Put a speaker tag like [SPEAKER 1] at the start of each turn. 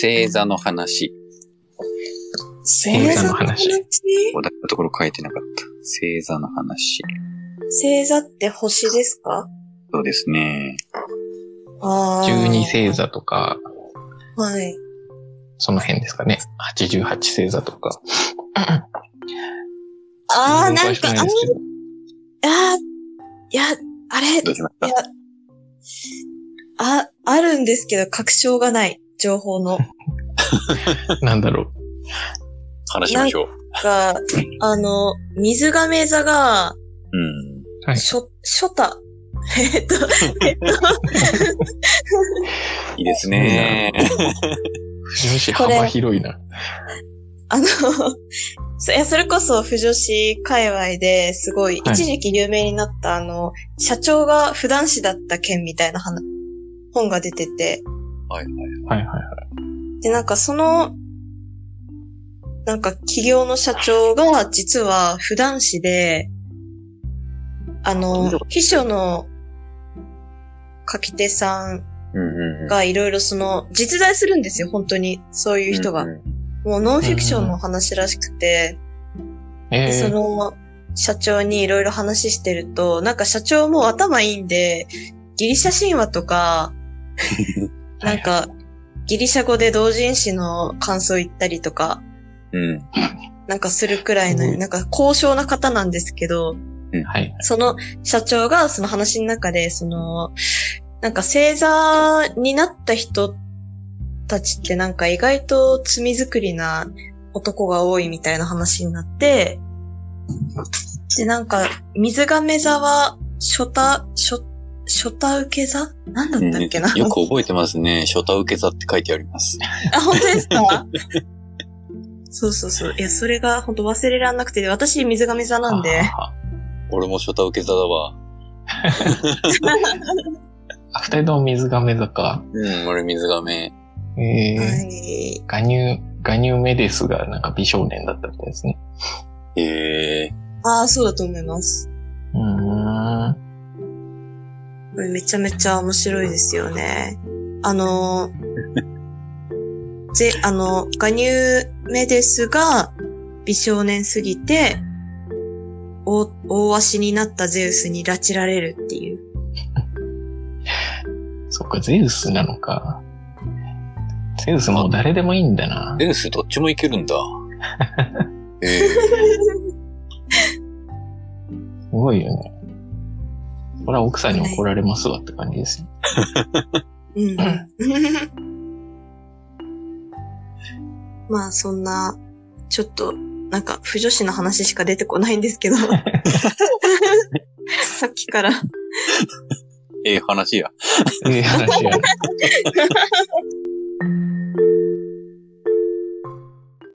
[SPEAKER 1] 星座の話。
[SPEAKER 2] 星座の話
[SPEAKER 1] 小田のところ書いてなかった。星座の話。
[SPEAKER 3] 星座って星ですか
[SPEAKER 1] そうですね。
[SPEAKER 3] ああ。
[SPEAKER 2] 十二星座とか、
[SPEAKER 3] はい。
[SPEAKER 2] その辺ですかね。88星座とか。
[SPEAKER 3] ああ、
[SPEAKER 2] 全然
[SPEAKER 3] な
[SPEAKER 2] 詳
[SPEAKER 3] ん
[SPEAKER 2] しく
[SPEAKER 3] か、あ
[SPEAKER 2] いですけど
[SPEAKER 3] あー、いや、あれ、
[SPEAKER 1] どうしました
[SPEAKER 3] いやあ、あるんですけど、確証がない。情報 の。
[SPEAKER 2] なんだ ろう。
[SPEAKER 1] 話しましょう。
[SPEAKER 3] が、あの、水亀座が、
[SPEAKER 1] うん。
[SPEAKER 2] はい。
[SPEAKER 3] しょ、しょた。 えっと、
[SPEAKER 1] いいですね。
[SPEAKER 2] 不女子幅広いな。
[SPEAKER 3] あの、そいやそれこそ、不女子界隈ですごい、
[SPEAKER 2] はい
[SPEAKER 3] 一時期有名になった、あの、社長が普段子だった件みたいな話本が出てて、
[SPEAKER 2] はいはいはい。
[SPEAKER 3] で、なんかその、なんか企業の社長が実は普段子で、あの、秘書の書き手さん
[SPEAKER 1] うんうんうん。
[SPEAKER 3] がいろいろその、実在するんですよ、本当に。そういう人が
[SPEAKER 1] うん。うん。
[SPEAKER 3] もうノンフィクションの話らしくて、
[SPEAKER 2] え
[SPEAKER 3] でそ
[SPEAKER 2] ー、
[SPEAKER 3] の社長にいろいろ話してると、なんか社長も頭いいんで、ギリシャ神話とか、なんかギリシャ語で同人誌の感想言ったりとか、
[SPEAKER 1] うん。
[SPEAKER 3] なんかするくらいの、
[SPEAKER 2] うん
[SPEAKER 3] なんか高尚な方なんですけど、
[SPEAKER 2] はい。
[SPEAKER 3] その社長がその話の中で、その、なんか星座になった人たちってなんか意外と罪作りな男が多いみたいな話になって、で、なんか、水亀座は、初太、初、初太受け座なんだ
[SPEAKER 1] うん
[SPEAKER 3] ったっけな、
[SPEAKER 1] よく覚えてますね。初太受け座って書いてあります。
[SPEAKER 3] あ、本当ですかそうそうそう。いや、それが本当忘れられなくて、私水亀座なんで。
[SPEAKER 2] あ
[SPEAKER 1] 俺も初太受け座だわ。
[SPEAKER 2] ー。あ、二人とも水亀座か。
[SPEAKER 1] うん、俺水亀。
[SPEAKER 2] えー、
[SPEAKER 3] はい。
[SPEAKER 2] ガニュ、ガニュメデスがなんか美少年だったみたいですね。
[SPEAKER 1] ええ
[SPEAKER 3] ああ、そうだと思います。
[SPEAKER 2] うーん。
[SPEAKER 3] これめちゃめちゃ面白いですよね。あのー、ぜ、あの、ガニューメデスが美少年すぎて、大、大足になったゼウスに拉致られるっていう。
[SPEAKER 2] そっか、ゼウスなのか。ゼウスもう誰でもいいんだな。
[SPEAKER 1] ゼウスどっちもいけるんだ。ええ
[SPEAKER 2] すごいよね。これは奥さんに怒られますわって感じ ですよ。
[SPEAKER 3] うん。まあ、そんな、ちょっと、なんか、不女子の話しか出てこないんですけど。さっきから。
[SPEAKER 1] ええ話や。
[SPEAKER 2] ええ話や。